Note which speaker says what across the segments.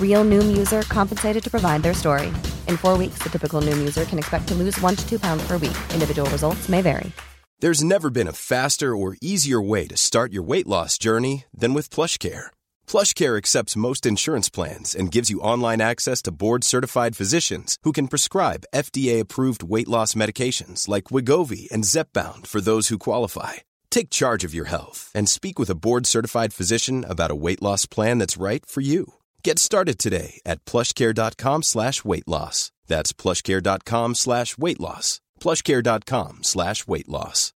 Speaker 1: Real Noom user compensated to provide their story. In four weeks, the typical Noom user can expect to lose one to two pounds per week. Individual results may vary.
Speaker 2: There's never been a faster or easier way to start your weight loss journey than with PlushCare. PlushCare accepts most insurance plans and gives you online access to board-certified physicians who can prescribe FDA-approved weight loss medications like Wigovi and Zepbound for those who qualify. Take charge of your health and speak with a board-certified physician about a weight loss plan that's right for you. Get started today at plushcare.com slash weight loss. That's plushcare.com slash weight loss. plushcare.com slash weight loss.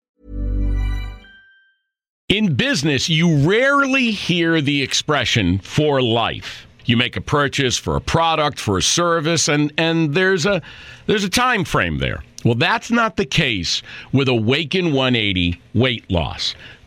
Speaker 3: In business, you rarely hear the expression for life. You make a purchase for a product, for a service, and, and there's a there's a time frame there. Well, that's not the case with Awaken 180 weight loss.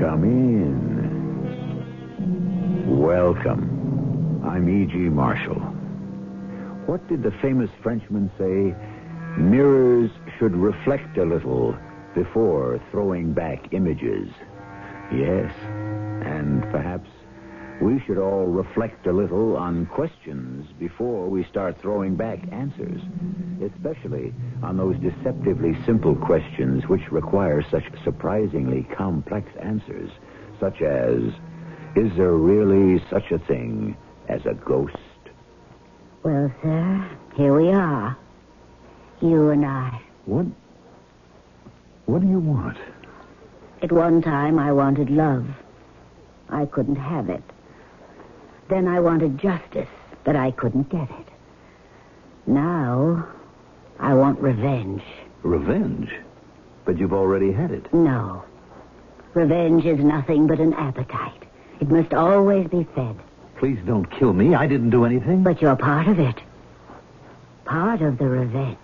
Speaker 4: Come in. Welcome. I'm E.G. Marshall. What did the famous Frenchman say? Mirrors should reflect a little before throwing back images. Yes, and perhaps we should all reflect a little on questions before we start throwing back answers, especially on those deceptively simple questions which require such surprisingly complex answers, such as, is there really such a thing as a ghost?
Speaker 5: Well, sir, here we are. You and I.
Speaker 4: What? What do you want?
Speaker 5: At one time, I wanted love. I couldn't have it. Then I wanted justice, but I couldn't get it. Now, I want revenge.
Speaker 4: Revenge? But you've already had it.
Speaker 5: No. Revenge is nothing but an appetite. It must always be fed.
Speaker 4: Please don't kill me. I didn't do anything.
Speaker 5: But you're part of it. Part of the revenge.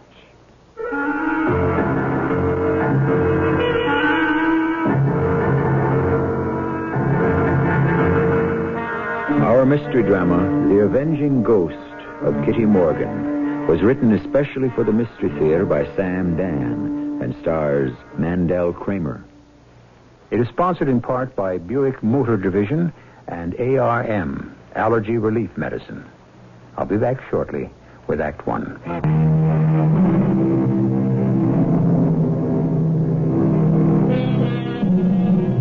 Speaker 4: Our mystery drama, The Avenging Ghost of Kitty Morgan, was written especially for the Mystery Theater by Sam Dan and stars Mandel Kramer. It is sponsored in part by Buick Motor Division and ARM, Allergy Relief Medicine. I'll be back shortly with Act One.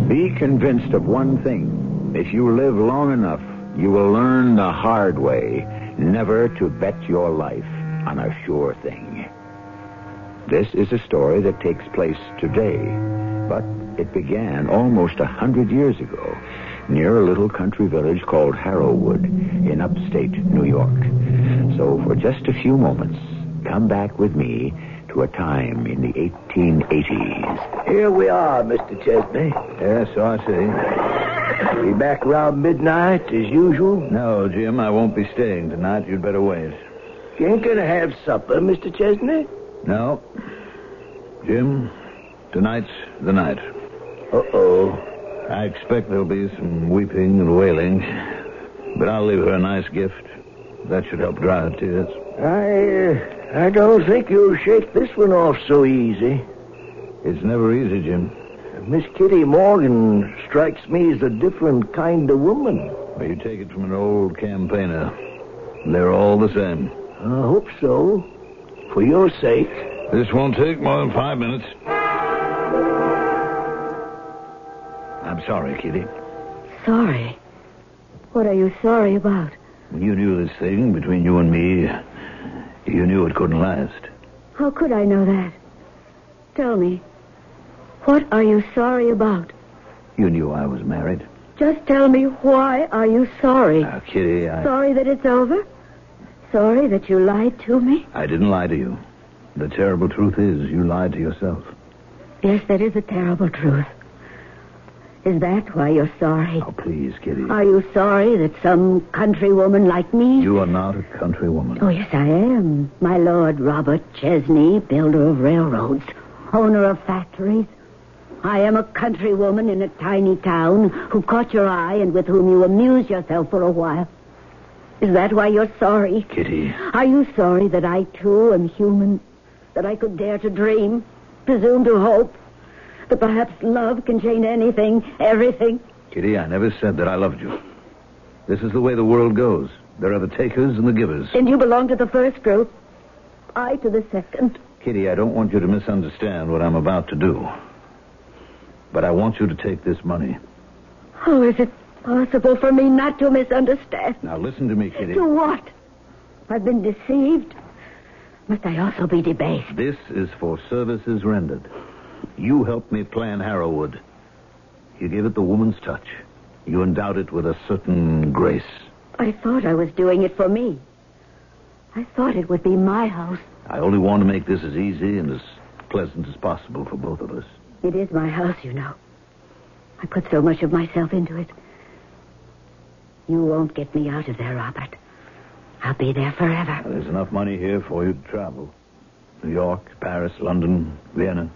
Speaker 4: Be convinced of one thing. If you live long enough,
Speaker 6: You will learn the hard way never to bet your life on a sure thing. This is a story that takes place today, but it began almost a hundred years ago near a little country village called Harrowwood in upstate New York. So for just a few moments, come back with me to a time in the 1880s.
Speaker 7: Here we are, Mr. Chesney.
Speaker 6: Yes, I see.
Speaker 7: Be back around midnight as usual.
Speaker 6: No, Jim, I won't be staying tonight. You'd better wait.
Speaker 7: You ain't gonna have supper, Mr. Chesney.
Speaker 6: No. Jim, tonight's the night.
Speaker 7: Uh oh.
Speaker 6: I expect there'll be some weeping and wailing, but I'll leave her a nice gift. That should help dry her tears.
Speaker 7: I uh, I don't think you'll shake this one off so easy.
Speaker 6: It's never easy, Jim.
Speaker 7: Miss Kitty Morgan strikes me as a different kind of woman.
Speaker 6: Well, you take it from an old campaigner. They're all the same.
Speaker 7: I hope so. For your sake.
Speaker 6: This won't take more than five minutes. I'm sorry, Kitty.
Speaker 5: Sorry. What are you sorry about?
Speaker 6: You knew this thing between you and me. You knew it couldn't last.
Speaker 5: How could I know that? Tell me, what are you sorry about?
Speaker 6: You knew I was married.
Speaker 5: Just tell me why are you sorry?
Speaker 6: Now, Kitty, Uh, I,
Speaker 5: Sorry that it's over? Sorry that you lied to me?
Speaker 6: I didn't lie to you. The terrible truth is, you lied to yourself.
Speaker 5: Yes, that is a terrible truth. Is that why you're sorry?
Speaker 6: Now, please, Kitty.
Speaker 5: Are you sorry that some countrywoman like me?
Speaker 6: You are not a country woman.
Speaker 5: Oh, yes, I am. My Lord Robert Chesney, builder of railroads, owner of factories. I am a countrywoman in a tiny town who caught your eye and with whom you amuse yourself for a while. Is that why you're sorry?
Speaker 6: Kitty.
Speaker 5: Are you sorry that I, too, am human? That I could dare to dream, presume to hope? That perhaps love can change anything, everything?
Speaker 6: Kitty, I never said that I loved you. This is the way the world goes. There are the takers and the givers.
Speaker 5: And you belong to the first group, I to the second.
Speaker 6: Kitty, I don't want you to misunderstand what I'm about to do. But I want you to take this money.
Speaker 5: How is it possible for me not to misunderstand?
Speaker 6: Now listen to me, Kitty.
Speaker 5: To what? I've been deceived. Must I also be debased?
Speaker 6: This is for services rendered. You helped me plan Harrowwood. You gave it the woman's touch. You endowed it with a certain grace.
Speaker 5: I thought I was doing it for me. I thought it would be my house.
Speaker 6: I only want to make this as easy and as pleasant as possible for both of us.
Speaker 5: It is my house, you know. I put so much of myself into it. You won't get me out of there, Robert. I'll be there forever.
Speaker 6: There's enough money here for you to travel. New York, Paris, London, Vienna.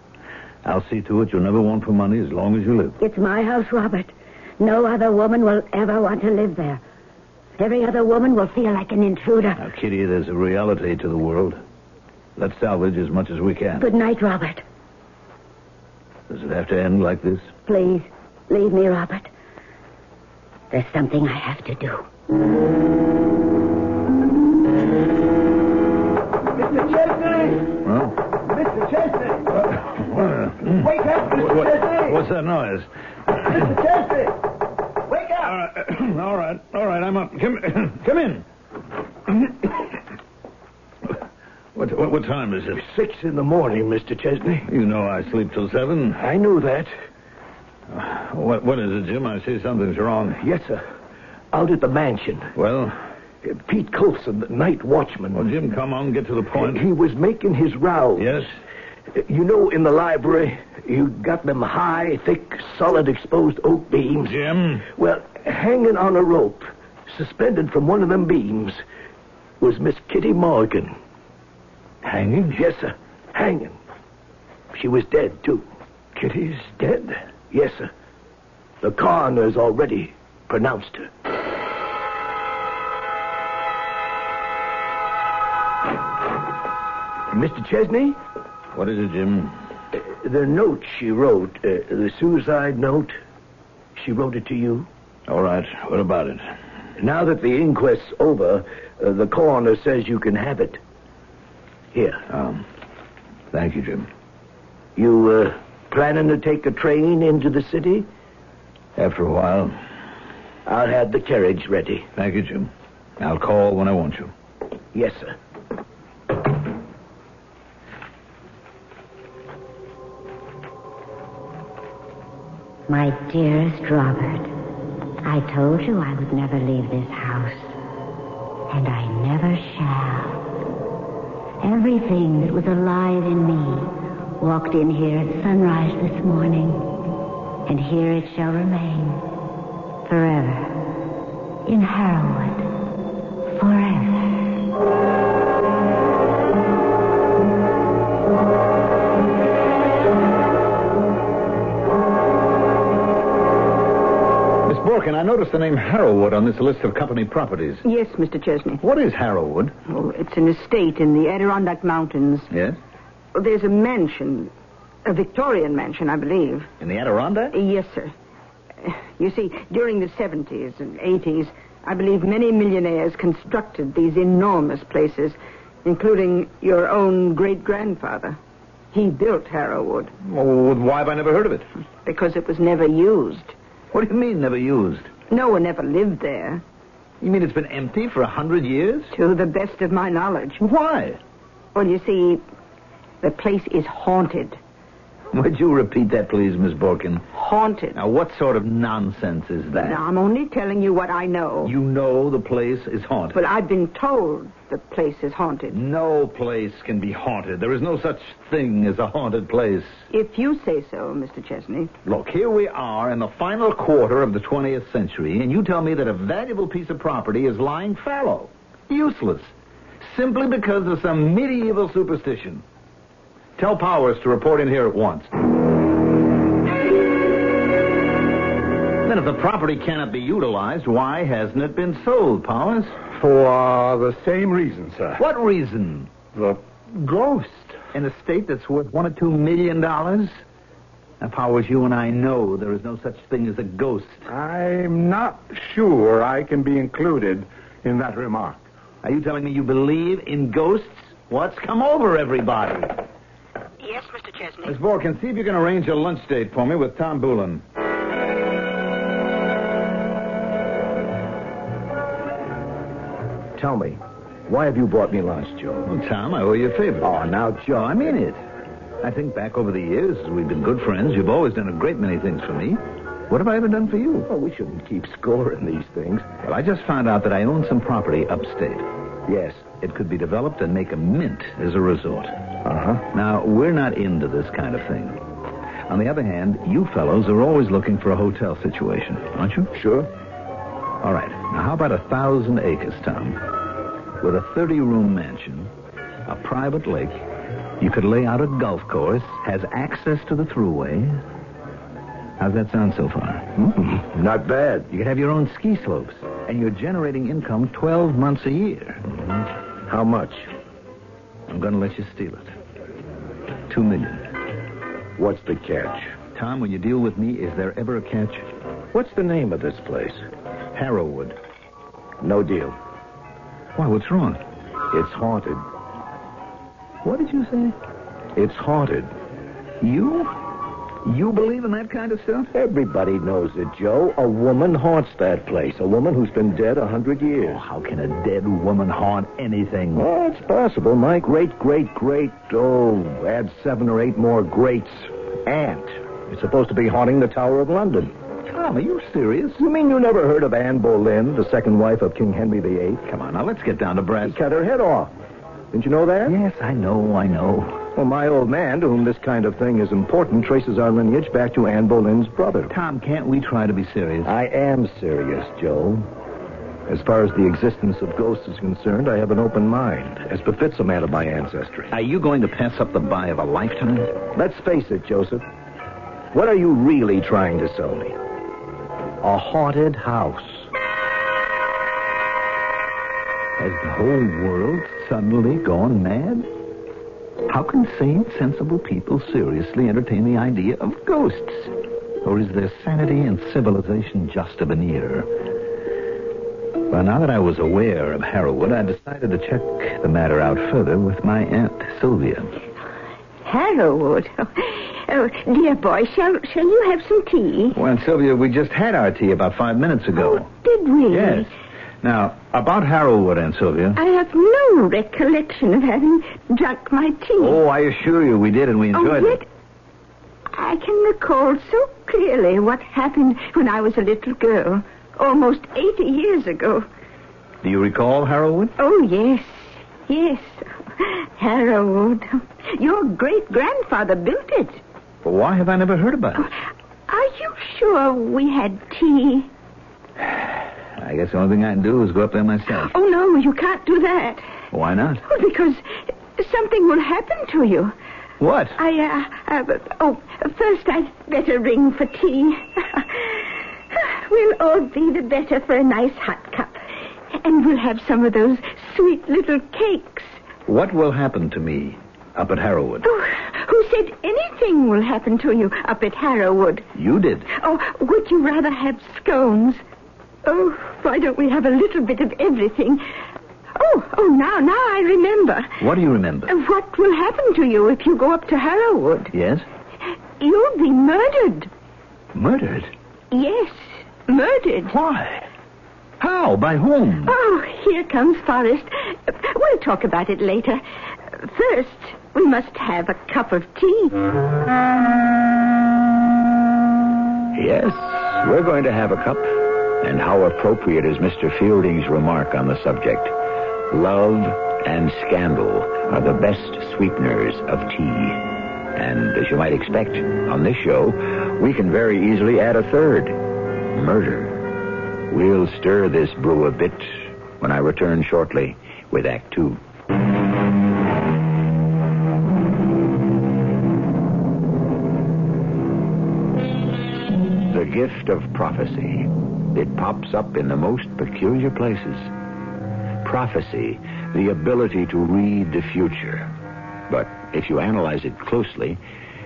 Speaker 6: I'll see to it you'll never want for money as long as you live.
Speaker 5: It's my house, Robert. No other woman will ever want to live there. Every other woman will feel like an intruder.
Speaker 6: Now, Kitty, there's a reality to the world. Let's salvage as much as we can.
Speaker 5: Good night, Robert.
Speaker 6: Does it have to end like this?
Speaker 5: Please, leave me, Robert. There's something I have to do.
Speaker 7: Mr. Chesney!
Speaker 6: Well,
Speaker 7: Mr. Chesney! Wake up, Mr.
Speaker 6: what,
Speaker 7: Chesney!
Speaker 6: what's that noise?
Speaker 7: Mr. Chesney! Wake up!
Speaker 6: All right, all right, all right, I'm up. Come, come in. what, what, what time is it?
Speaker 7: Six in the morning, Mr. Chesney.
Speaker 6: You know I sleep till seven. Uh,
Speaker 7: I knew that.
Speaker 6: What, what is it, Jim? I see something's wrong.
Speaker 7: Yes, sir. Out at the mansion.
Speaker 6: Well,
Speaker 7: Uh, Pete Colson, the night watchman.
Speaker 6: well, Jim, come on, get to the
Speaker 7: And
Speaker 6: point.
Speaker 7: he was making his round.
Speaker 6: Yes.
Speaker 7: You know, in the library, you got them high, thick, solid exposed oak beams.
Speaker 6: Jim.
Speaker 7: Well, hanging on a rope, suspended from one of them beams, was Miss Kitty Morgan.
Speaker 6: Hanging?
Speaker 7: Yes, sir. Hanging. She was dead, too.
Speaker 6: Kitty's
Speaker 7: Dead? Yes, sir. The coroner's already pronounced her. Mr. Chesney, Uh,
Speaker 6: What is it, Jim?
Speaker 7: the note she wrote, uh, the suicide note, she wrote it to you.
Speaker 6: All right, what about it?
Speaker 7: Now that the inquest's over, uh, the coroner says you can have it. Here.
Speaker 6: Um, thank you, Jim.
Speaker 7: You uh, planning to take a train into the city?
Speaker 6: After a while,
Speaker 7: I'll have the carriage ready.
Speaker 6: Thank you, Jim. I'll call when I want you.
Speaker 7: Yes, sir.
Speaker 5: My dearest Robert, I told you I would never leave this house. And I never shall. Everything that was alive in me walked in here at sunrise this morning. And here it shall remain. Forever. In Harrowwood. Forever.
Speaker 6: Miss Borkin, I noticed the name Harrowwood on this list of company properties.
Speaker 8: Yes, Mr. Chesney.
Speaker 6: What is Harrowwood?
Speaker 8: Oh, it's an estate in the Adirondack Mountains.
Speaker 6: Yes?
Speaker 8: Oh, There's a mansion, a Victorian mansion, I believe.
Speaker 6: In the Adirondack?
Speaker 8: Yes, sir. You see, during the 70s and 80s, I believe many millionaires constructed these enormous places, including your own great grandfather. He built Harrowwood
Speaker 6: Oh, why have I never heard of it?
Speaker 8: because it was never used.
Speaker 6: What do you mean, never used?
Speaker 8: No one ever lived there,
Speaker 6: You mean it's been empty for a hundred years?
Speaker 8: to the best of my knowledge.
Speaker 6: Why?
Speaker 8: Well, you see, the place is haunted.
Speaker 6: Would you repeat that, please, Miss Borkin?
Speaker 8: Haunted.
Speaker 6: Now, what sort of nonsense is that?
Speaker 8: Now, I'm only telling you what I know.
Speaker 6: You know the place is haunted.
Speaker 8: Well, I've been told the place is haunted.
Speaker 6: No place can be haunted. There is no such thing as a haunted place.
Speaker 8: If you say so, Mr. Chesney.
Speaker 6: Look, here we are in the final quarter of the 20th century, and you tell me that a valuable piece of property is lying fallow, useless, simply because of some medieval superstition. Tell Powers to report in here at once. Then, if the property cannot be utilized, why hasn't it been sold, Powers?
Speaker 9: For the same reason, sir.
Speaker 6: What reason?
Speaker 9: The ghost.
Speaker 6: An estate that's worth one or two million dollars? Now, Powers, you and I know there is no such thing as a ghost.
Speaker 9: I'm not sure I can be included in that remark.
Speaker 6: Are you telling me you believe in ghosts? What's come over everybody?
Speaker 8: Yes, Mr. Chesney.
Speaker 6: Miss Borkin, see if you can arrange a lunch date for me with Tom Boolin.
Speaker 7: Tell me, why have you brought me lunch, Joe?
Speaker 6: Well, Tom, I owe you a favor.
Speaker 7: Oh, now,
Speaker 6: Joe, I mean it. I think back over the years, as we've been good friends, you've always done a great many things for me. What have I ever done for you?
Speaker 7: Oh, we shouldn't keep score in these things.
Speaker 6: Well, I just found out that I own some property upstate.
Speaker 7: Yes.
Speaker 6: It could be developed and make a mint as a resort.
Speaker 7: Uh huh.
Speaker 6: Now, we're not into this kind of thing. On the other hand, you fellows are always looking for a hotel situation, aren't you?
Speaker 7: Sure.
Speaker 6: All right. Now, how about a thousand acres, Tom? With a 30 room mansion, a private lake, you could lay out a golf course, has access to the thruway. How's that sound so far?
Speaker 7: Hmm? Not bad.
Speaker 6: You could have your own ski slopes, and you're generating income 12 months a year.
Speaker 7: Mm-hmm. How much?
Speaker 6: I'm going to let you steal it. Two million.
Speaker 7: What's the catch?
Speaker 6: Tom, when you deal with me, is there ever a catch?
Speaker 7: What's the name of this place?
Speaker 6: Harrowwood.
Speaker 7: No deal.
Speaker 6: Why, what's wrong?
Speaker 7: It's haunted.
Speaker 6: What did you say?
Speaker 7: It's haunted.
Speaker 6: You? You believe in that kind of stuff?
Speaker 7: Everybody knows it, Joe. A woman haunts that place. A woman who's been dead a hundred
Speaker 6: Oh,
Speaker 7: years.
Speaker 6: how can a dead woman haunt anything?
Speaker 7: Well, it's possible. My great, great, great, oh, add seven or eight more greats. Aunt. It's supposed to be haunting the Tower of London.
Speaker 6: Tom, are you serious?
Speaker 7: You mean you never heard of Anne Boleyn, the second wife of King Henry VIII?
Speaker 6: Come on, now let's get down to brass.
Speaker 7: He cut her head off. Didn't you know that?
Speaker 6: Yes, I know, I know.
Speaker 7: Well, my old man, to whom this kind of thing is important, traces our lineage back to Anne Boleyn's brother.
Speaker 6: Tom, can't we try to be serious?
Speaker 7: I am serious, Joe. As far as the existence of ghosts is concerned, I have an open mind, as befits a man of my ancestry.
Speaker 6: Are you going to pass up the buy of a lifetime?
Speaker 7: Let's face it, Joseph. What are you really trying to sell me? A haunted house.
Speaker 6: Has the whole world suddenly gone mad? How can sane, sensible people seriously entertain the idea of ghosts? Or is their sanity and civilization just a veneer? Well, now that I was aware of Harrowwood, I decided to check the matter out further with my Aunt Sylvia.
Speaker 8: Harrowwood.
Speaker 10: Oh, dear boy, shall shall you have some tea?
Speaker 6: Well, and Sylvia, we just had our tea about five minutes ago.
Speaker 10: Did we?
Speaker 6: yes. Now, about Harrowwood, Aunt Sylvia.
Speaker 10: I have no recollection of having drunk my tea.
Speaker 6: Oh, I assure you we did, and we enjoyed
Speaker 10: oh,
Speaker 6: it.
Speaker 10: yet I can recall so clearly what happened when I was a little girl, almost 80 years ago.
Speaker 6: Do you recall Harrowwood?
Speaker 10: Oh, yes, yes. Harrowwood. Your great grandfather built it.
Speaker 6: But why have I never heard about it?
Speaker 10: Are you sure we had tea?
Speaker 6: I guess the only thing I can do is go up there myself.
Speaker 10: Oh, no, you can't do that.
Speaker 6: Why not?
Speaker 10: Oh, because something will happen to you.
Speaker 6: What?
Speaker 10: I, uh, uh, oh, first I'd better ring for tea. we'll all be the better for a nice hot cup. And we'll have some of those sweet little cakes.
Speaker 6: What will happen to me up at Harrowwood?
Speaker 10: Oh, who said anything will happen to you up at Harrowwood?
Speaker 6: You did.
Speaker 10: Oh, would you rather have scones? Oh, why don't we have a little bit of everything? Oh, oh, now, now I remember.
Speaker 6: What do you remember?
Speaker 10: Uh, What will happen to you if you go up to Harrowwood?
Speaker 6: Yes?
Speaker 10: You'll be murdered.
Speaker 6: Murdered?
Speaker 10: Yes, murdered.
Speaker 6: Why? How? By whom?
Speaker 10: Oh, here comes Forrest. Uh, We'll talk about it later. Uh, First, we must have a cup of tea.
Speaker 6: Yes, we're going to have a cup. And how appropriate is Mr. Fielding's remark on the subject? Love and scandal are the best sweeteners of tea. And as you might expect, on this show, we can very easily add a third murder. We'll stir this brew a bit when I return shortly with Act Two. The gift of prophecy. It pops up in the most peculiar places. Prophecy, the ability to read the future. But if you analyze it closely,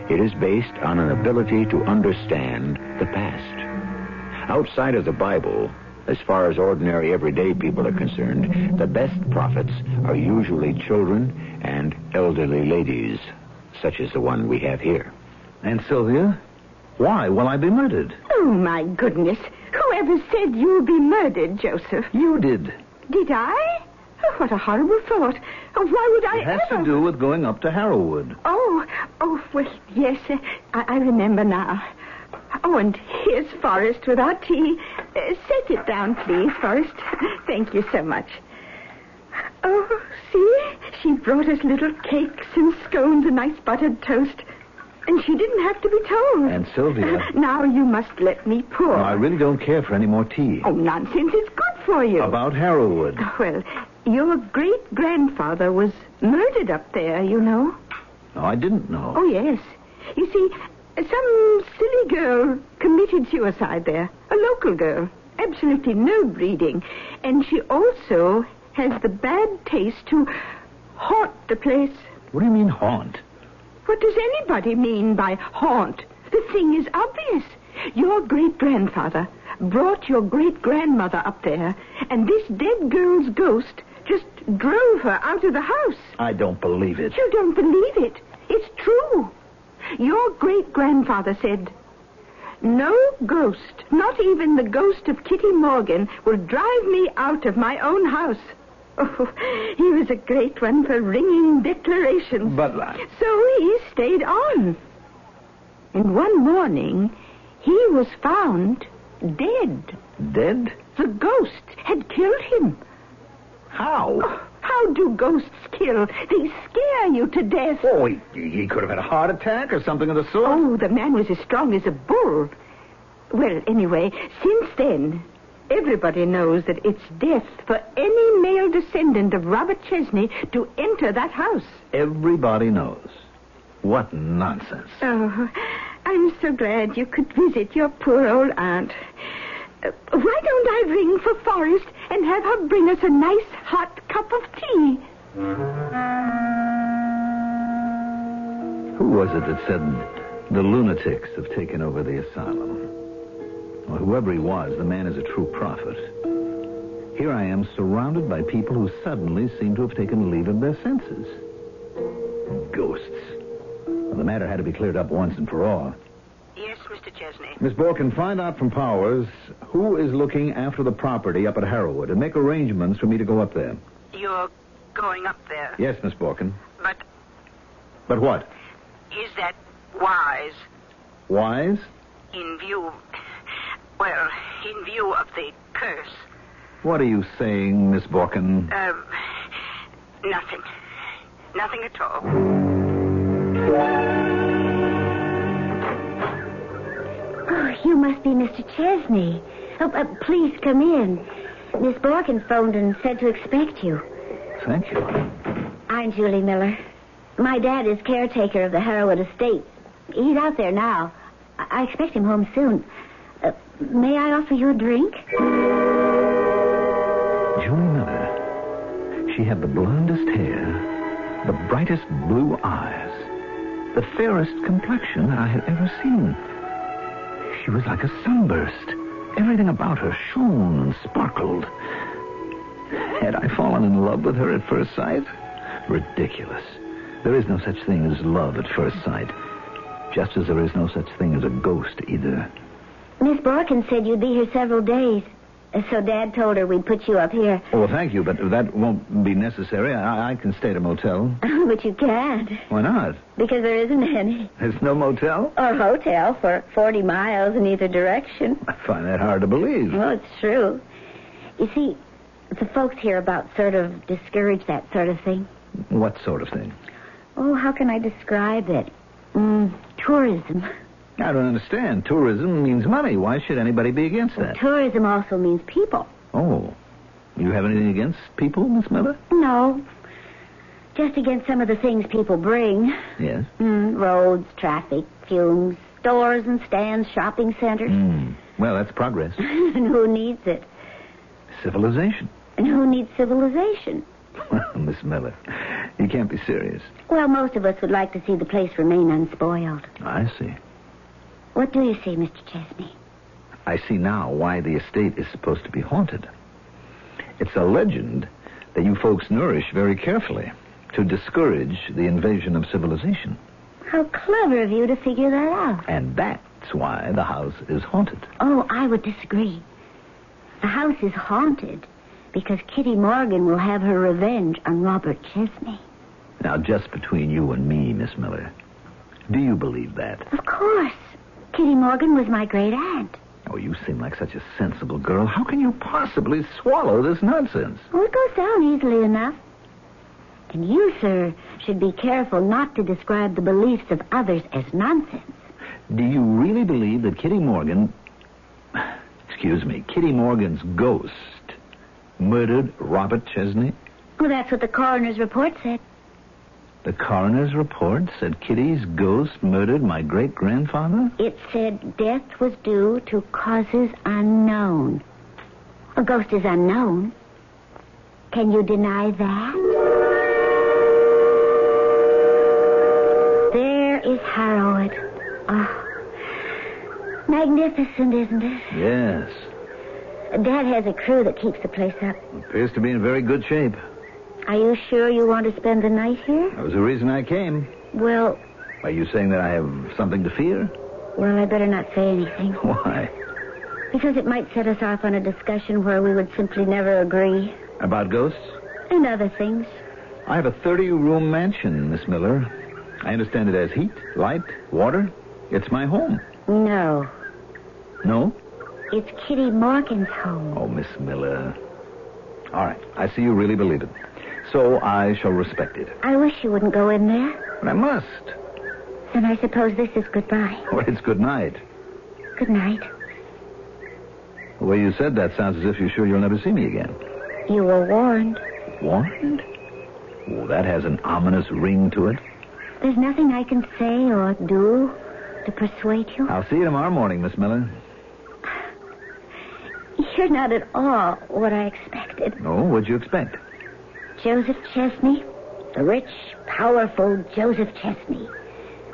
Speaker 6: it is based on an ability to understand the past. Outside of the Bible, as far as ordinary everyday people are concerned, the best prophets are usually children and elderly ladies, such as the one we have here. And Sylvia, why will I be murdered?
Speaker 10: Oh, my goodness. Whoever said you'll be murdered, Joseph?
Speaker 6: You did.
Speaker 10: Did I? Oh, what a horrible thought. Oh, why would I
Speaker 6: It has
Speaker 10: ever...
Speaker 6: to do with going up to Harrowwood.
Speaker 10: Oh, oh, well, yes, uh, I, I remember now. Oh, and here's Forrest with our tea. Uh, set it down, please, Forrest. Thank you so much. Oh, see? She brought us little cakes and scones and nice buttered toast. And she didn't have to be told.
Speaker 6: And Sylvia-
Speaker 10: Now you must let me pour.
Speaker 6: No, I really don't care for any more tea.
Speaker 10: Oh, nonsense. It's good for you.
Speaker 6: About Harrowwood.
Speaker 10: Well, your great grandfather was murdered up there, you know.
Speaker 6: No, I didn't know.
Speaker 10: Oh, yes. You see, some silly girl committed suicide there. A local girl. Absolutely no breeding. And she also has the bad taste to haunt the place.
Speaker 6: What do you mean haunt?
Speaker 10: What does anybody mean by haunt? The thing is obvious. Your great grandfather brought your great grandmother up there, and this dead girl's ghost just drove her out of the house.
Speaker 6: I don't believe it.
Speaker 10: You don't believe it. It's true. Your great grandfather said, No ghost, not even the ghost of Kitty Morgan, will drive me out of my own house. Oh, he was a great one for ringing declarations.
Speaker 6: But uh, I-
Speaker 10: So he stayed on. And one morning, he was found dead.
Speaker 6: Dead?
Speaker 10: The ghost had killed him.
Speaker 6: How?
Speaker 10: How do ghosts kill? They scare you to death.
Speaker 6: Oh, he, he could have had a heart attack or something of the sort.
Speaker 10: Oh, the man was as strong as a bull. Well, anyway, since then, everybody knows that it's death for any male descendant of Robert Chesney to enter that house.
Speaker 6: Everybody knows. What nonsense.
Speaker 10: Oh, I'm so glad you could visit your poor old aunt. Uh, Why don't I ring for Forrest and have her bring us a nice hot cup of tea?
Speaker 6: Who was it that said the lunatics have taken over the asylum? Well, whoever he was, the man is a true prophet. Here I am surrounded by people who suddenly seem to have taken leave of their senses. Ghosts. Well, the matter had to be cleared up once and for all.
Speaker 10: Yes, Mr. Chesney.
Speaker 6: Miss Borkin, find out from Powers who is looking after the property up at Harrowwood and make arrangements for me to go up there.
Speaker 10: You're going up there.
Speaker 6: Yes, Miss Borkin.
Speaker 10: But
Speaker 6: But what?
Speaker 10: is that wise
Speaker 6: Wise?
Speaker 10: in view, well, in view of the curse?
Speaker 6: What are you saying, Miss Borkin?
Speaker 10: Um, nothing. Nothing at all.
Speaker 5: Oh, you must be Mr. Chesney. Oh, uh, please come in. Miss Borkin phoned and said to expect you.
Speaker 6: Thank you.
Speaker 5: I'm Julie Miller. My dad is caretaker of the Harrowwood estate. He's out there now. I, I expect him home soon. Uh, may I offer you a drink?
Speaker 6: Julie Miller. She had the blondest hair, the brightest blue eyes, the fairest complexion that I had ever seen. She was like a sunburst. Everything about her shone and sparkled. Had I fallen in love with her at first sight? Ridiculous. There is no such thing as love at first sight. Just as there is no such thing as a ghost either.
Speaker 5: Miss Borkin said you'd be here several days. Uh, So Dad told her we'd put you up here.
Speaker 6: Oh, thank you, but that won't be necessary. I, I can stay at a motel.
Speaker 5: but you can't,
Speaker 6: Why not?
Speaker 5: because there isn't any.
Speaker 6: There's no motel?
Speaker 5: Or hotel for 40 miles in either direction.
Speaker 6: I find that hard to believe.
Speaker 5: Well, it's true. You see, the folks here about sort of discourage that sort of thing.
Speaker 6: What sort of thing?
Speaker 5: Oh, how can I describe it? Mm, tourism.
Speaker 6: I don't understand. Tourism means money. Why should anybody be against that?
Speaker 5: Tourism also means people.
Speaker 6: Oh. You have anything against people, Miss Miller?
Speaker 5: No. Just against some of the things people bring.
Speaker 6: Yes.
Speaker 5: Mm, roads, traffic, fumes, stores and stands, shopping centers.
Speaker 6: Hmm. Well, that's progress.
Speaker 5: and who needs it?
Speaker 6: Civilization.
Speaker 5: And who needs civilization?
Speaker 6: Well, Miss Miller, you can't be serious.
Speaker 5: Well, most of us would like to see the place remain unspoiled.
Speaker 6: I see.
Speaker 5: What do you see, Mr. Chesney?
Speaker 6: I see now why the estate is supposed to be haunted. It's a legend that you folks nourish very carefully to discourage the invasion of civilization.
Speaker 5: How clever of you to figure that out.
Speaker 6: And that's why the house is haunted.
Speaker 5: Oh, I would disagree. The house is haunted because Kitty Morgan will have her revenge on Robert Chesney.
Speaker 6: Now, just between you and me, Miss Miller, do you believe that?
Speaker 5: Of course. Kitty Morgan was my great aunt.
Speaker 6: Oh, you seem like such a sensible girl. How can you possibly swallow this nonsense?
Speaker 5: Well, Oh, it goes down easily enough. And you, sir, should be careful not to describe the beliefs of others as nonsense.
Speaker 6: Do you really believe that Kitty Morgan, excuse me, Kitty Morgan's ghost murdered Robert Chesney?
Speaker 5: Well, that's what the coroner's report said.
Speaker 6: The coroner's report said Kitty's ghost murdered my great grandfather?
Speaker 5: It said death was due to causes unknown. A ghost is unknown. Can you deny that? There is Harrowwood. Oh, magnificent, isn't it?
Speaker 6: Yes.
Speaker 5: Dad has a crew that keeps the place up.
Speaker 6: Appears to be in very good shape.
Speaker 5: Are you sure you want to spend the night here?
Speaker 6: That was the reason I came.
Speaker 5: Well,
Speaker 6: Are you saying that I have something to fear?
Speaker 5: well, I better not say anything.
Speaker 6: Why?
Speaker 5: Because it might set us off on a discussion where we would simply never agree.
Speaker 6: About ghosts?
Speaker 5: And other things.
Speaker 6: I have a 30 room mansion, Miss Miller. I understand it has heat, light, water. It's my home.
Speaker 5: No.
Speaker 6: No?
Speaker 5: It's Kitty Morgan's home.
Speaker 6: Oh, Miss Miller. All right. I see you really believe it. So I shall respect it.
Speaker 5: I wish you wouldn't go in there.
Speaker 6: But I must.
Speaker 5: Then I suppose this is goodbye.
Speaker 6: Well, it's good night.
Speaker 5: Good night.
Speaker 6: The way you said that sounds as if you're sure you'll never see me again.
Speaker 5: You were warned.
Speaker 6: Warned? Oh, that has an ominous ring to it.
Speaker 5: There's nothing I can say or do to persuade you.
Speaker 6: I'll see you tomorrow morning, Miss Miller.
Speaker 5: You're not at all what I expected.
Speaker 6: Oh, what'd you expect?
Speaker 5: Joseph Chesney, the rich, powerful Joseph Chesney,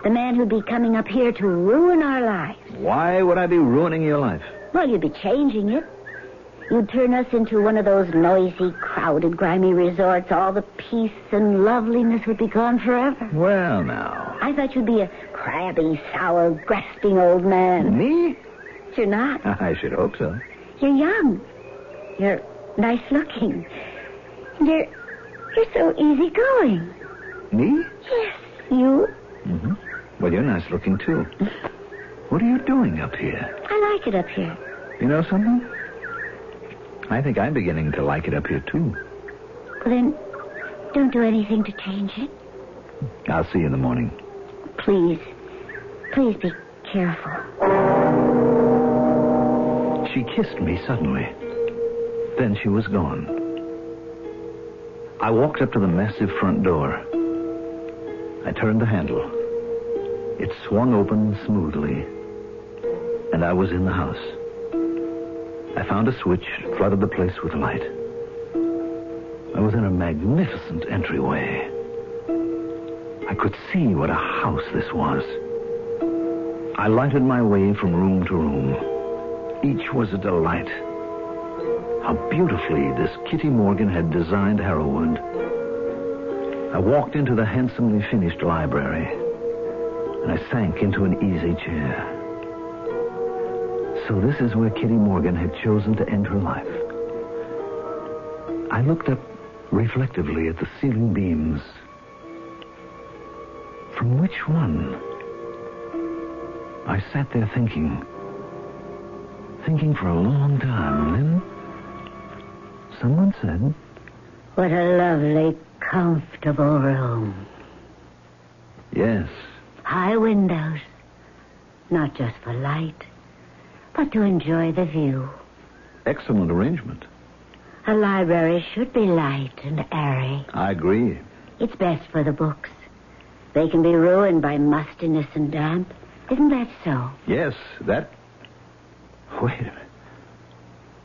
Speaker 5: the man who'd be coming up here to ruin our lives.
Speaker 6: Why would I be ruining your life?
Speaker 5: Well, you'd be changing it. You'd turn us into one of those noisy, crowded, grimy resorts. All the peace and loveliness would be gone forever.
Speaker 6: Well, now.
Speaker 5: I thought you'd be a crabby, sour, grasping old man.
Speaker 6: Me?
Speaker 5: You're not.
Speaker 6: I should hope so.
Speaker 5: You're young. You're nice looking. You're you're so easygoing.
Speaker 6: Me?
Speaker 5: Yes, you.
Speaker 6: Mm-hmm. Well, you're nice looking too. What are you doing up here?
Speaker 5: I like it up here.
Speaker 6: You know something? I think I'm beginning to like it up here too.
Speaker 5: Well, then, don't do anything to change it,
Speaker 6: I'll see you in the morning.
Speaker 5: please. Please be careful.
Speaker 6: She kissed me suddenly. Then she was gone. I walked up to the massive front door. I turned the handle. It swung open smoothly, and I was in the house. I found a switch, flooded the place with light. I was in a magnificent entryway. I could see what a house this was. I lighted my way from room to room. Each was a delight. How beautifully this Kitty Morgan had designed Harrowwood. I walked into the handsomely finished library, and I sank into an easy chair. So this is where Kitty Morgan had chosen to end her life. I looked up reflectively at the ceiling beams. From which one? I sat there thinking thinking for a long time, and then someone said,
Speaker 5: What a lovely, comfortable room.
Speaker 6: Yes,
Speaker 5: High windows. Not just for light, but to enjoy the view.
Speaker 6: excellent arrangement.
Speaker 5: A library should be light and airy.
Speaker 6: I agree.
Speaker 5: It's best for the books. They can be ruined by mustiness and damp. Isn't that so?
Speaker 6: Yes, that. Wait a minute.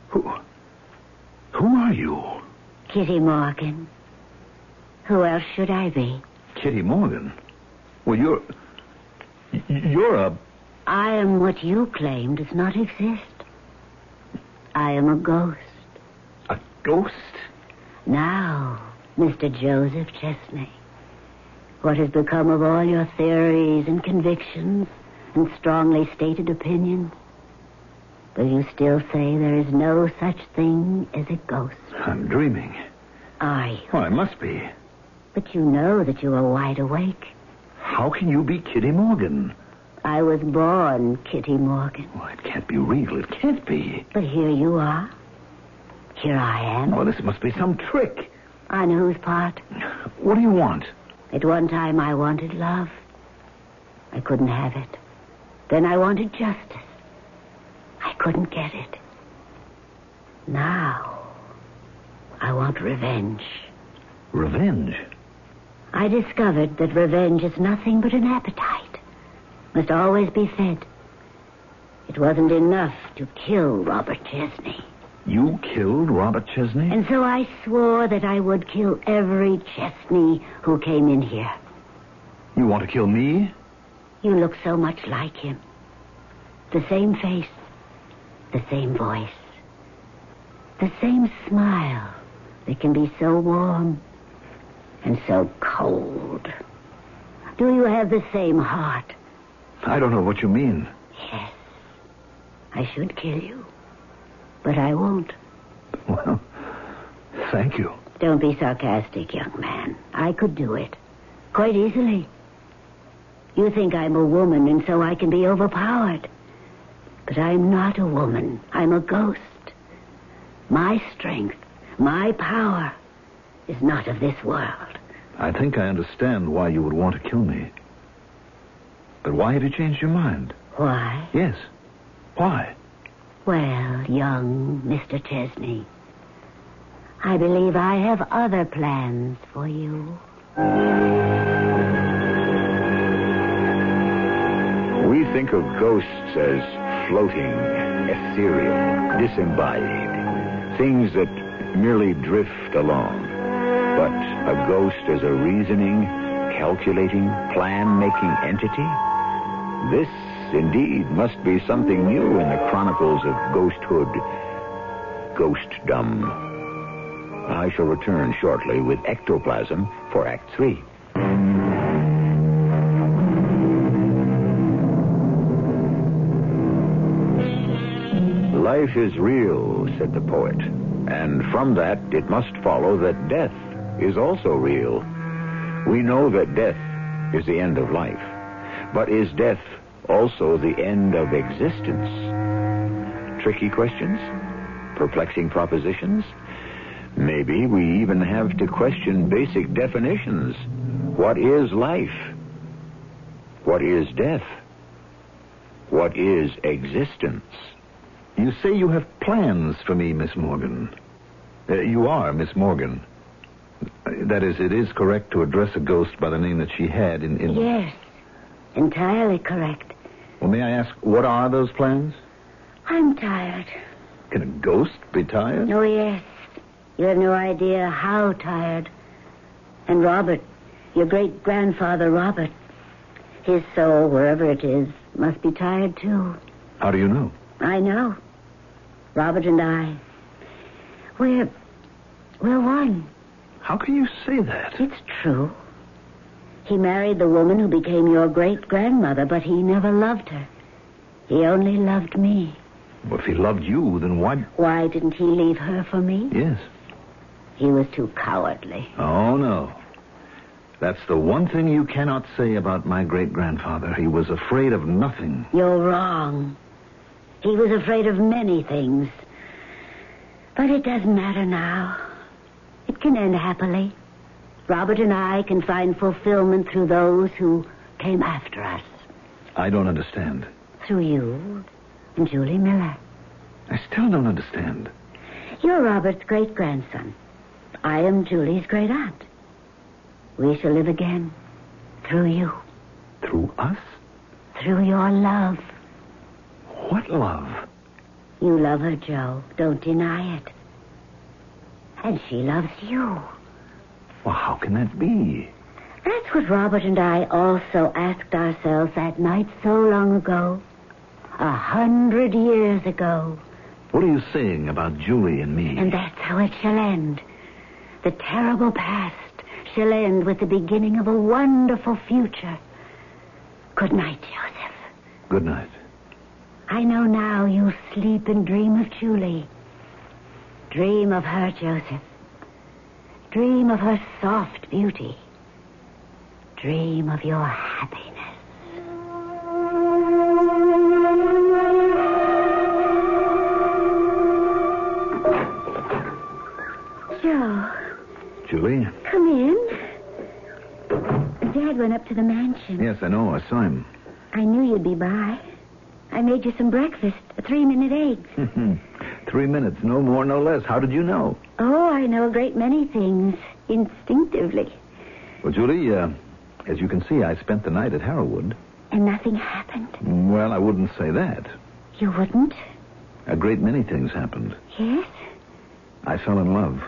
Speaker 6: Who. Who are you?
Speaker 5: Kitty Morgan. Who else should I be?
Speaker 6: Kitty Morgan. Well, you're. y- You're a.
Speaker 5: I am what you claim does not exist. I am a ghost.
Speaker 6: a ghost?
Speaker 5: Now, Mr. Joseph Chesney, what has become of all your theories and convictions and strongly stated opinions? Will you still say there is no such thing as a ghost?
Speaker 6: I'm dreaming.
Speaker 5: Are you?
Speaker 6: Well, I must be.
Speaker 5: But you know that you are wide awake.
Speaker 6: How can you be Kitty Morgan?
Speaker 5: I was born Kitty Morgan.
Speaker 6: Well, Oh, it can't be real. It can't be.
Speaker 5: But here you are. Here I am.
Speaker 6: Oh, this must be some trick.
Speaker 5: On whose part?
Speaker 6: What do you want?
Speaker 5: At one time, I wanted love. I couldn't have it. Then I wanted justice. I couldn't get it. Now, I want revenge.
Speaker 6: Revenge.
Speaker 5: I discovered that revenge is nothing but an appetite, must always be fed. It wasn't enough to kill Robert Chesney.
Speaker 6: You killed Robert Chesney?
Speaker 5: And so I swore that I would kill every Chesney who came in here.
Speaker 6: You want to kill me?
Speaker 5: You look so much like him. The same face, the same voice, the same smile that can be so warm and so cold. Do you have the same heart?
Speaker 6: I don't know what you mean.
Speaker 5: Yes. I should kill you, but I won't.
Speaker 6: Well, thank you.
Speaker 5: Don't be sarcastic, young man. I could do it. Quite easily. You think I'm a woman, and so I can be overpowered. But I'm not a woman. I'm a ghost. My strength, my power, is not of this world.
Speaker 6: I think I understand why you would want to kill me. But why have you changed your mind?
Speaker 5: Why?
Speaker 6: Yes. Why?
Speaker 5: Well, young Mr. Chesney, I believe I have other plans for you.
Speaker 6: We think of ghosts as floating, ethereal, disembodied, things that merely drift along. But a ghost as a reasoning, calculating, plan making entity? This, indeed, must be something new in the chronicles of ghosthood, ghostdom. I shall return shortly with Ectoplasm for Act Three. Life is real, said the poet. And from that, it must follow that death is also real. We know that death is the end of life. But is death also the end of existence? Tricky questions? Perplexing propositions? Maybe we even have to question basic definitions. What is life? What is death? What is existence? You say you have plans for me, Miss Morgan. Uh, you are Miss Morgan. Uh, That is, it is correct to address a ghost by the name that she had in. in...
Speaker 5: Yes, entirely correct.
Speaker 6: Well, may I ask, what are those plans?
Speaker 5: I'm tired.
Speaker 6: Can a ghost be tired?
Speaker 5: Oh, yes. You have no idea how tired. And Robert, your great grandfather Robert, his soul, wherever it is, must be tired too.
Speaker 6: How do you know?
Speaker 5: I know. Robert and I. We're. We're one.
Speaker 6: How can you say that?
Speaker 5: It's true. He married the woman who became your great grandmother, but he never loved her. He only loved me.
Speaker 6: Well, if he loved you, then why?
Speaker 5: Why didn't he leave her for me?
Speaker 6: Yes.
Speaker 5: He was too cowardly.
Speaker 6: Oh, no. That's the one thing you cannot say about my great grandfather. He was afraid of nothing.
Speaker 5: You're wrong. He was afraid of many things. But it doesn't matter now. It can end happily. Robert and I can find fulfillment through those who came after us.
Speaker 6: I don't understand.
Speaker 5: Through you and Julie Miller.
Speaker 6: I still don't understand.
Speaker 5: You're Robert's great grandson. I am Julie's great aunt. We shall live again through you,
Speaker 6: Through us?
Speaker 5: through your love.
Speaker 6: What love?
Speaker 5: You love her, Joe. Don't deny it. And she loves you.
Speaker 6: Well, how can that be?
Speaker 5: That's what Robert and I also asked ourselves that night so long ago. A hundred years ago.
Speaker 6: What are you saying about Julie and me?
Speaker 5: And that's how it shall end. The terrible past shall end with the beginning of a wonderful future. Good night, Joseph.
Speaker 6: Good night.
Speaker 5: I know now you sleep and dream of Julie. Dream of her, Joseph. Dream of her soft beauty. Dream of your happiness. Joe,
Speaker 6: Julie?
Speaker 5: come in. Dad went up to the mansion.
Speaker 6: Yes, I know. I saw him.
Speaker 5: I knew you'd be by. I made you some breakfast, three minute eggs.
Speaker 6: Three minutes, no more, no less. How did you know?
Speaker 5: Oh, I know a great many things instinctively.
Speaker 6: Well, Julie, uh, as you can see, I spent the night at Harrowwood.
Speaker 5: And nothing happened.
Speaker 6: Well, I wouldn't say that.
Speaker 5: You wouldn't?
Speaker 6: A great many things happened.
Speaker 5: Yes?
Speaker 6: I fell in love.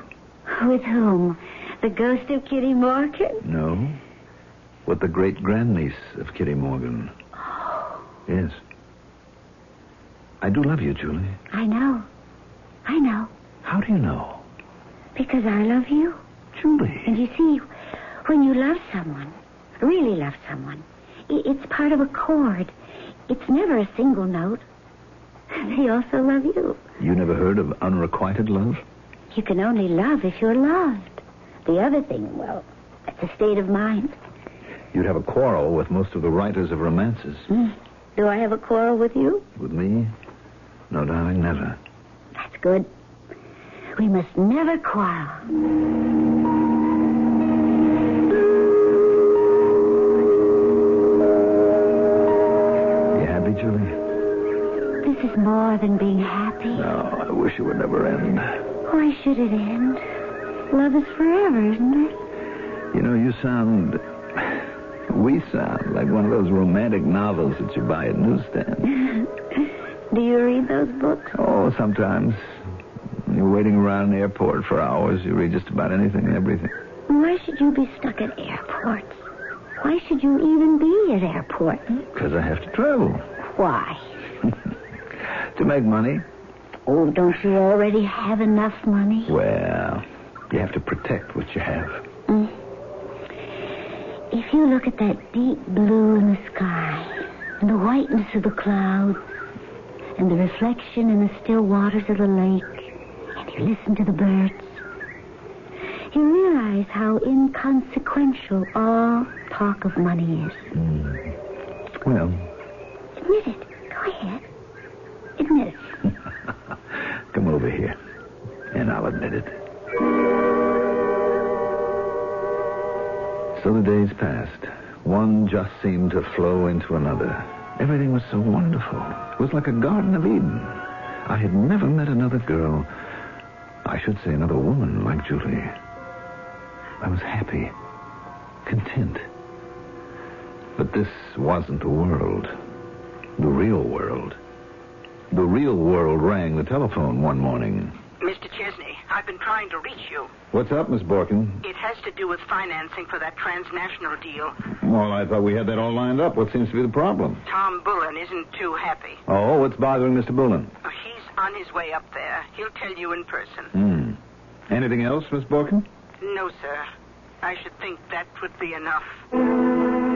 Speaker 5: With whom? The ghost of Kitty Morgan?
Speaker 6: No. With the great grandniece of Kitty Morgan. Yes. I do love you, Julie.
Speaker 5: I know. I know.
Speaker 6: How do you know?
Speaker 5: Because I love you. And
Speaker 6: Julie.
Speaker 5: you see, when you love someone, really love someone, i- it's part of a chord. It's never a single note. They also love you.
Speaker 6: You never heard of unrequited love?
Speaker 5: You can only love if you're loved. The other thing, well, it's a state of mind.
Speaker 6: You'd have a quarrel with most of the writers of romances.
Speaker 5: Hmm. Do I have a quarrel with you?
Speaker 6: With me? No, darling, never.
Speaker 5: That's good. We must never quarrel.
Speaker 6: You happy, Julie?
Speaker 5: This is more than being happy.
Speaker 6: No, I wish it would never end.
Speaker 5: Why should it end? Love is forever, isn't it?
Speaker 6: You know, you sound. We sound like one of those romantic novels that you buy at newsstands.
Speaker 5: Do you read those books?
Speaker 6: Oh, sometimes. You're waiting around an airport for hours. You read just about anything and everything.
Speaker 5: Why should you be stuck at airports? Why should you even be at airports?
Speaker 6: Because I have to travel.
Speaker 5: Why?
Speaker 6: To make money?
Speaker 5: Oh, don't you already have enough money?
Speaker 6: Well, you have to protect what you have.
Speaker 5: If you look at that deep blue in the sky and the whiteness of the clouds, and the reflection in the still waters of the lake, and you listen to the birds, you realize how inconsequential all talk of money is.
Speaker 6: Well,
Speaker 5: Admit it. Go ahead. Admit it.
Speaker 6: come over here, and I'll admit it. So the days passed. One just seemed to flow into another. Everything was so wonderful. It was like a Garden of Eden. I had never met another girl, I should say another woman like Julie. I was happy, content. But this wasn't the world, the real world. The real world rang the telephone one morning.
Speaker 10: Mr. Chesney, I've been trying to reach you.
Speaker 6: What's up, Miss Borkin?
Speaker 10: It has to do with financing for that transnational deal.
Speaker 6: Well, I thought we had that all lined up. What seems to be the problem?
Speaker 10: Tom Bullen isn't too happy.
Speaker 6: Oh, what's bothering Mr. Bullen?
Speaker 10: Oh, He's on his way up there. He'll tell you in person.
Speaker 6: Hmm. Anything else, Miss Borkin?
Speaker 10: No, sir. I should think that would be enough.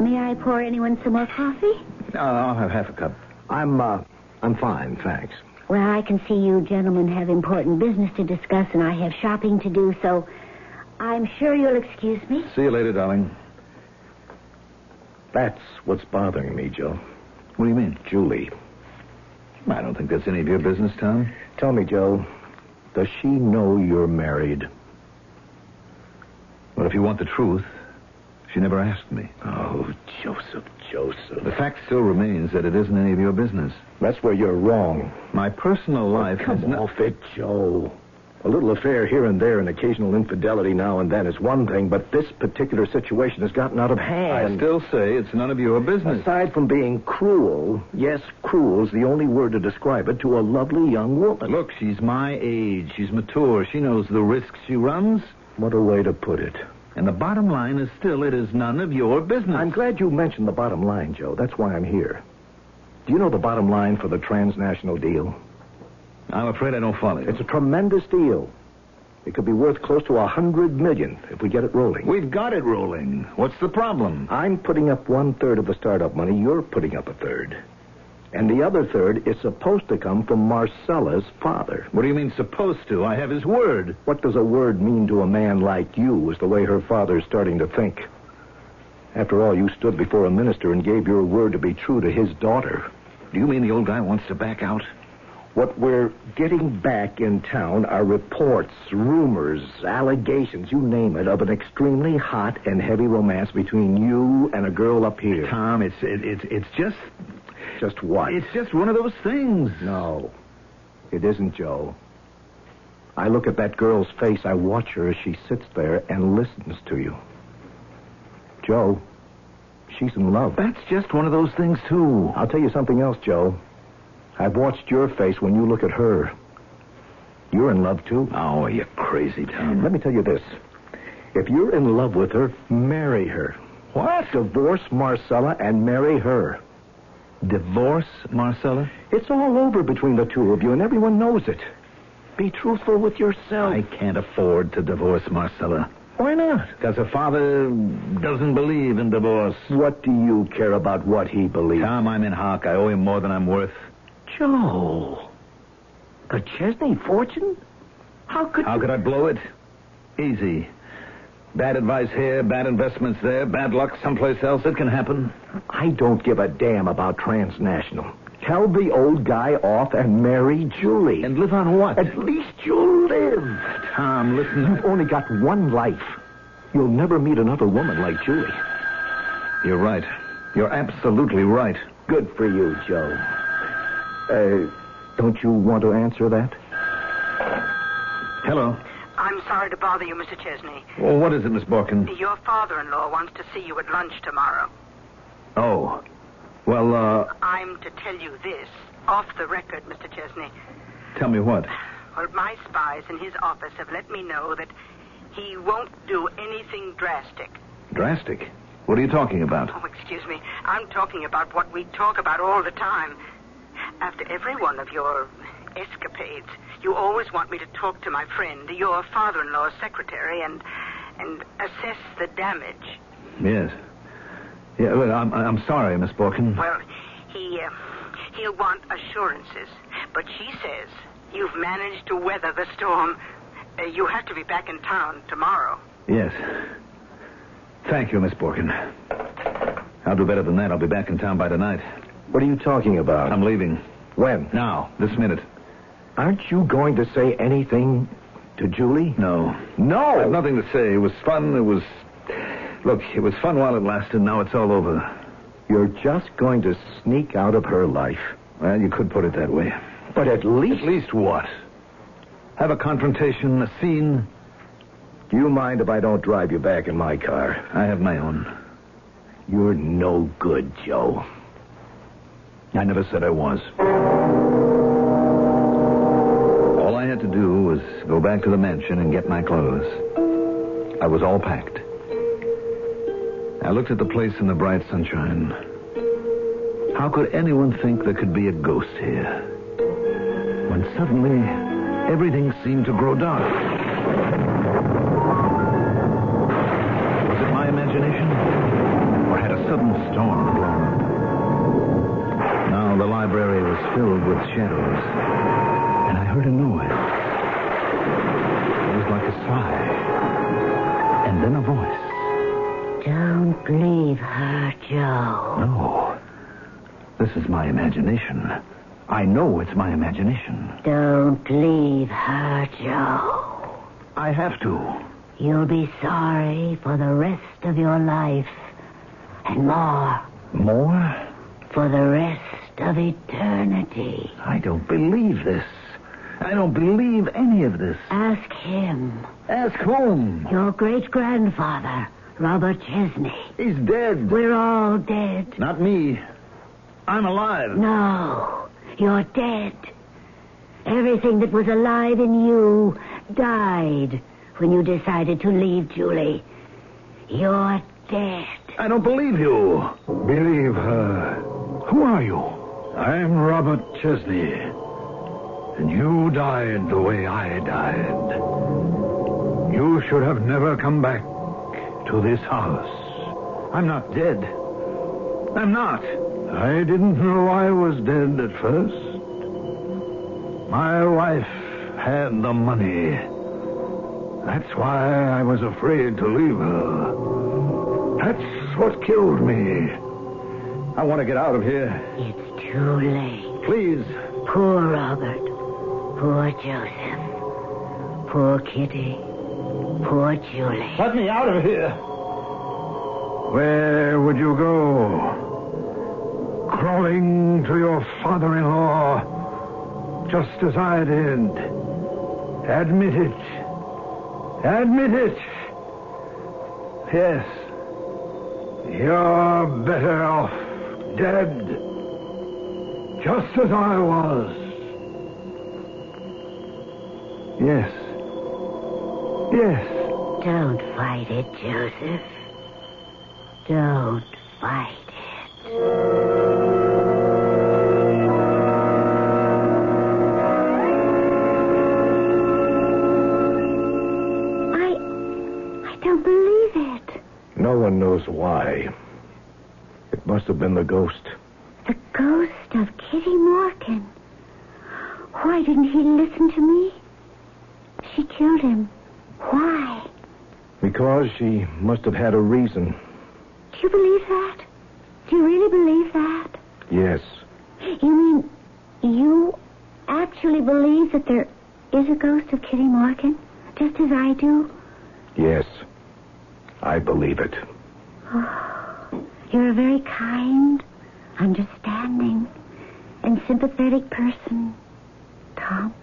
Speaker 5: May I pour anyone some more coffee?
Speaker 6: No, I'll have half a cup.
Speaker 7: I'm, uh, I'm fine, thanks.
Speaker 5: Well, I can see you gentlemen have important business to discuss, and I have shopping to do, so I'm sure you'll excuse me.
Speaker 6: See you later, darling.
Speaker 7: That's what's bothering me, Joe.
Speaker 6: What do you mean?
Speaker 7: Julie.
Speaker 6: I don't think that's any of your business, Tom.
Speaker 7: Tell me, Joe, does she know you're married?
Speaker 6: Well, if you want the truth, she never asked me.
Speaker 7: Oh, Joseph,
Speaker 6: The
Speaker 7: Joseph.
Speaker 6: fact still remains that it isn't any of your business.
Speaker 7: That's where you're wrong. Oh,
Speaker 6: My personal life has
Speaker 7: Come
Speaker 6: no-
Speaker 7: off it, Joe. A little affair here and there and occasional infidelity now and then is one thing, but this particular situation has gotten out of hand.
Speaker 6: I still say it's none of your business.
Speaker 7: Aside from being cruel, yes, cruel's the only word to describe it to a lovely young woman.
Speaker 6: Look, she's my age. She's mature. She knows the risks she runs.
Speaker 7: What a way to put it.
Speaker 6: And the bottom line is still it is none of your business.
Speaker 7: I'm glad you mentioned the bottom line, Joe. That's why I'm here. Do you know the bottom line for the transnational deal?
Speaker 6: I'm afraid I don't follow you.
Speaker 7: It's a tremendous deal. It could be worth close to a hundred million if we get it rolling.
Speaker 6: We've got it rolling. What's the problem?
Speaker 7: I'm putting up one third of the startup money. You're putting up a third. And the other third is supposed to come from Marcella's father.
Speaker 6: What do you mean supposed to? I have his word.
Speaker 7: What does a word mean to a man like you is the way her father's starting to think. After all, you stood before a minister and gave your word to be true to his daughter.
Speaker 6: Do you mean the old guy wants to back out?
Speaker 7: What we're getting back in town are reports, rumors, allegations, you name it, of an extremely hot and heavy romance between you and a girl up here.
Speaker 6: Tom, it's it, it's it's just
Speaker 7: Just what?
Speaker 6: it's just one of those things.
Speaker 7: No, it isn't, Joe. I look at that girl's face. I watch her as she sits there and listens to you. Joe, she's in love.
Speaker 6: That's just one of those things too.
Speaker 7: I'll tell you something else, Joe. I've watched your face when you look at her. You're in love, too.
Speaker 6: Oh, you crazy, Tom.
Speaker 7: Let me tell you this. If you're in love with her, marry her. What? Divorce Marcella and marry her.
Speaker 6: Divorce, Marcella?
Speaker 7: It's all over between the two of you, and everyone knows it. Be truthful with yourself.
Speaker 6: I can't afford to divorce Marcella.
Speaker 7: Why not?
Speaker 6: Because her father doesn't believe in divorce.
Speaker 7: What do you care about what he believes?
Speaker 6: Tom, I'm in hock. I owe him more than I'm worth.
Speaker 7: Joe. A Chesney fortune? How could
Speaker 6: How
Speaker 7: you...
Speaker 6: could I blow it? Easy. Bad advice here, bad investments there, bad luck someplace else. It can happen.
Speaker 7: I don't give a damn about transnational. Tell the old guy off and marry Julie.
Speaker 6: And live on what?
Speaker 7: At least you'll live.
Speaker 6: Tom, listen.
Speaker 7: You've only got one life. You'll never meet another woman like Julie.
Speaker 6: You're right. You're absolutely right.
Speaker 7: Good for you, Joe. Uh, don't you want to answer that?
Speaker 6: Hello.
Speaker 10: I'm sorry to bother you, Mr. Chesney.
Speaker 6: Well, what is it, Miss Borkin?
Speaker 10: Your father-in-law wants to see you at lunch tomorrow.
Speaker 6: Oh. Well, uh,
Speaker 10: I'm to tell you this, off the record, Mr. Chesney.
Speaker 6: tell me what.
Speaker 10: Well, my spies in his office have let me know that he won't do anything drastic.
Speaker 6: Drastic. What are you talking about?
Speaker 10: Oh, excuse me. I'm talking about what we talk about all the time. After every one of your escapades, you always want me to talk to my friend, your father-in-law's secretary, and and assess the damage.
Speaker 6: Yes. Yeah, well, I'm, I'm sorry, Miss Borkin.
Speaker 8: Well, he, uh, he'll want assurances. But she says you've managed to weather the storm. Uh, you have to be back in town tomorrow.
Speaker 6: Yes. Thank you, Miss Borkin. I'll do better than that. I'll be back in town by tonight.
Speaker 4: What are you talking about?
Speaker 6: I'm leaving.
Speaker 4: When?
Speaker 6: Now, this minute.
Speaker 4: Aren't you going to say anything to Julie?
Speaker 6: No. I have
Speaker 4: No.
Speaker 6: nothing to say. It was fun. It was. Look, it was fun while it lasted. Now it's all over.
Speaker 4: You're just going to sneak out of her life.
Speaker 6: Well, you could put it that way.
Speaker 4: But at least.
Speaker 6: At least what? Have a confrontation, a scene.
Speaker 4: Do you mind if I don't drive you back in my car?
Speaker 6: I have my own.
Speaker 4: You're no good, Joe.
Speaker 6: I never said I was. All I had to do was go back to the mansion and get my clothes. I was all packed. I looked at the place in the bright sunshine. How could anyone think there could be a ghost here? When suddenly, everything seemed to grow dark. Was it my imagination? Or had a sudden storm blown up? Now the library was filled with shadows, and I heard a noise. It was like a sigh, and then a voice.
Speaker 5: Don't leave her, Joe.
Speaker 6: No, this is my imagination. I know it's my imagination.
Speaker 5: Don't leave her, Joe.
Speaker 6: I have to.
Speaker 5: You'll be sorry for the rest of your life. And more,
Speaker 6: More?
Speaker 5: for the rest of eternity.
Speaker 6: I don't believe this. I don't believe any of this.
Speaker 5: Ask him,
Speaker 6: Ask whom?
Speaker 5: your great grandfather, Robert Chesney.
Speaker 6: He's dead.
Speaker 5: We're all dead.
Speaker 6: Not me. I'm alive.
Speaker 5: No, you're dead. Everything that was alive in you died when you decided to leave Julie. You're dead.
Speaker 6: I don't believe you.
Speaker 4: Believe her. Who are you? I'm Robert Chesney. And you died the way I died. You should have never come back to this house. I'm not dead. I'm not. I didn't know I was dead at first. My wife had the money. That's why I was afraid to leave her. That's what killed me. I want to get out of here.
Speaker 5: It's too late.
Speaker 4: Please.
Speaker 5: Poor Robert. Poor Joseph. Poor Kitty. Poor Julie.
Speaker 4: Let me out of here. Where would you go? Crawling to your father in law, just as I did. Admit it. Admit it. Yes. You're better off dead. Just as I was. Yes. Yes.
Speaker 5: Don't fight it, Joseph. Don't fight it. I. I don't believe it.
Speaker 4: No one knows why. It must have been the ghost.
Speaker 5: The ghost of Kitty Morgan. Why didn't he listen to me? She killed him. Why?
Speaker 4: Because she must have had a reason.
Speaker 5: Do you believe that? Do you really believe that?
Speaker 4: Yes.
Speaker 5: You mean you actually believe that there is a ghost of Kitty Morgan, just as I do?
Speaker 4: Yes. I believe it.
Speaker 5: You're a very kind, understanding, and sympathetic person, Tom.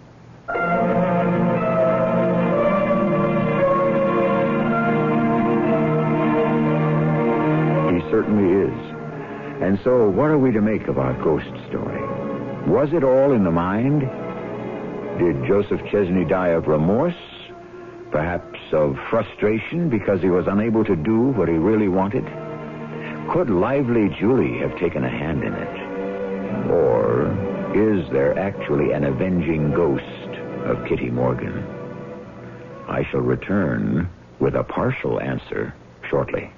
Speaker 4: He certainly is. And so, what are we to make of our ghost story? Was it all in the mind? Did Joseph Chesney die of remorse? Perhaps of frustration because he was unable to do what he really wanted? Could lively Julie have taken a hand in it? Or is there actually an avenging ghost of Kitty Morgan? I shall return with a partial answer shortly.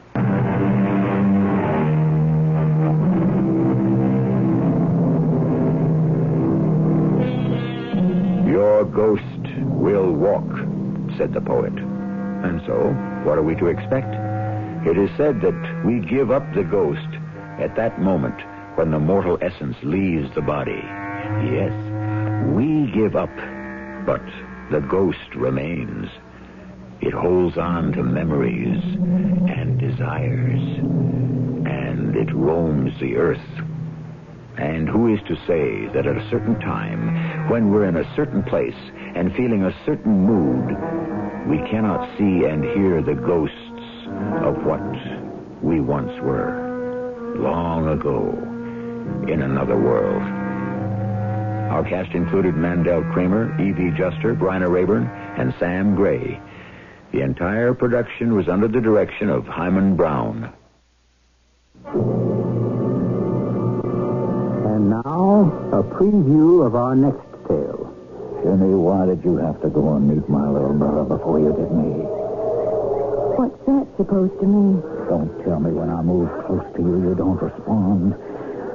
Speaker 4: ghost will walk, said the poet. And so, what are we to expect? It is said that we give up the ghost at that moment when the mortal essence leaves the body. Yes, we give up, but the ghost remains. It holds on to memories and desires, and it roams the earth. And who is to say that at a certain time, when we're in a certain place and feeling a certain mood, we cannot see and hear the ghosts of what we once were, long ago, in another world. Our cast included Mandel Kramer, Evie Juster, Bryna Rayburn, and Sam Gray. The entire production was under the direction of Hyman Brown.
Speaker 6: And now, a preview of our next tale.
Speaker 4: Jenny, why did you have to go and meet my little brother before you did me?
Speaker 10: What's that supposed to mean?
Speaker 6: Don't tell me when I move close to you, you don't respond.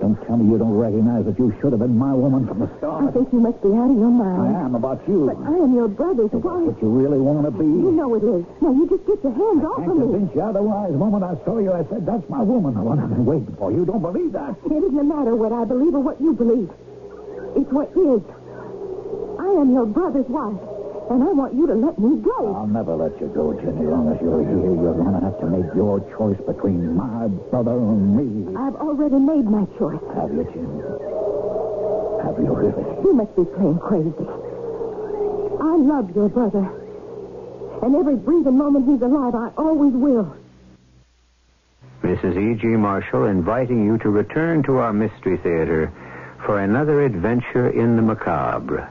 Speaker 6: Don't tell me you don't recognize that you should have been my woman from the start.
Speaker 10: I think you must be out of your mind.
Speaker 6: I am about you.
Speaker 10: But I am your brother's
Speaker 6: Is that
Speaker 10: wife.
Speaker 6: what you really want to be?
Speaker 10: You know it is. Now you just get your hands off
Speaker 6: I
Speaker 10: of me.
Speaker 6: convinced you otherwise. The moment I saw you, I said, that's my woman, the one I've been waiting for. You don't believe that?
Speaker 10: It doesn't matter what I believe or what you believe. It's what is. I am your brother's wife, and I want you to let me go.
Speaker 6: I'll never let you go, Jenny. As long as you're here, you're going to have to make your choice between my brother and me.
Speaker 10: I've already made my choice.
Speaker 6: Ah. Have you, Jenny? Have you really?
Speaker 10: You must be playing crazy. I love your brother. And every breathing moment he's alive, I always will.
Speaker 4: Mrs. E.G. E Marshall inviting you to return to our Mystery Theater for another adventure in the macabre.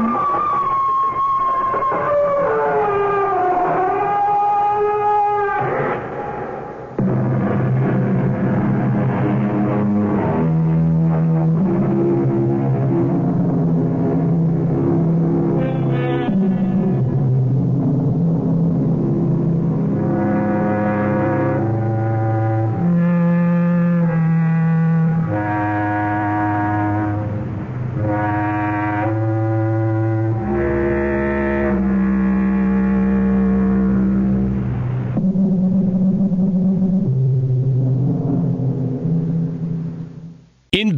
Speaker 3: In